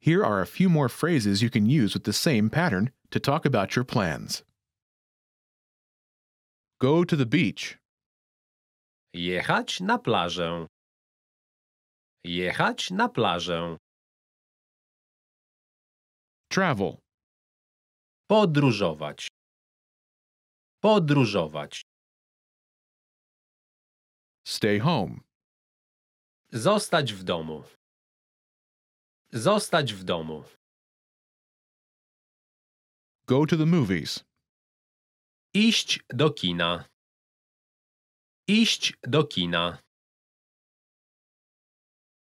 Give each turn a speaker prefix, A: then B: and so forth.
A: Here are a few more phrases you can use with the same pattern to talk about your plans. Go to the beach.
B: Jechać na plażę. Jechać na plażę.
A: Travel.
B: Podróżować. Podróżować.
A: Stay home.
B: Zostać w domu. Zostać w domu.
A: Go to the movies.
B: Iść do kina. Iść do kina.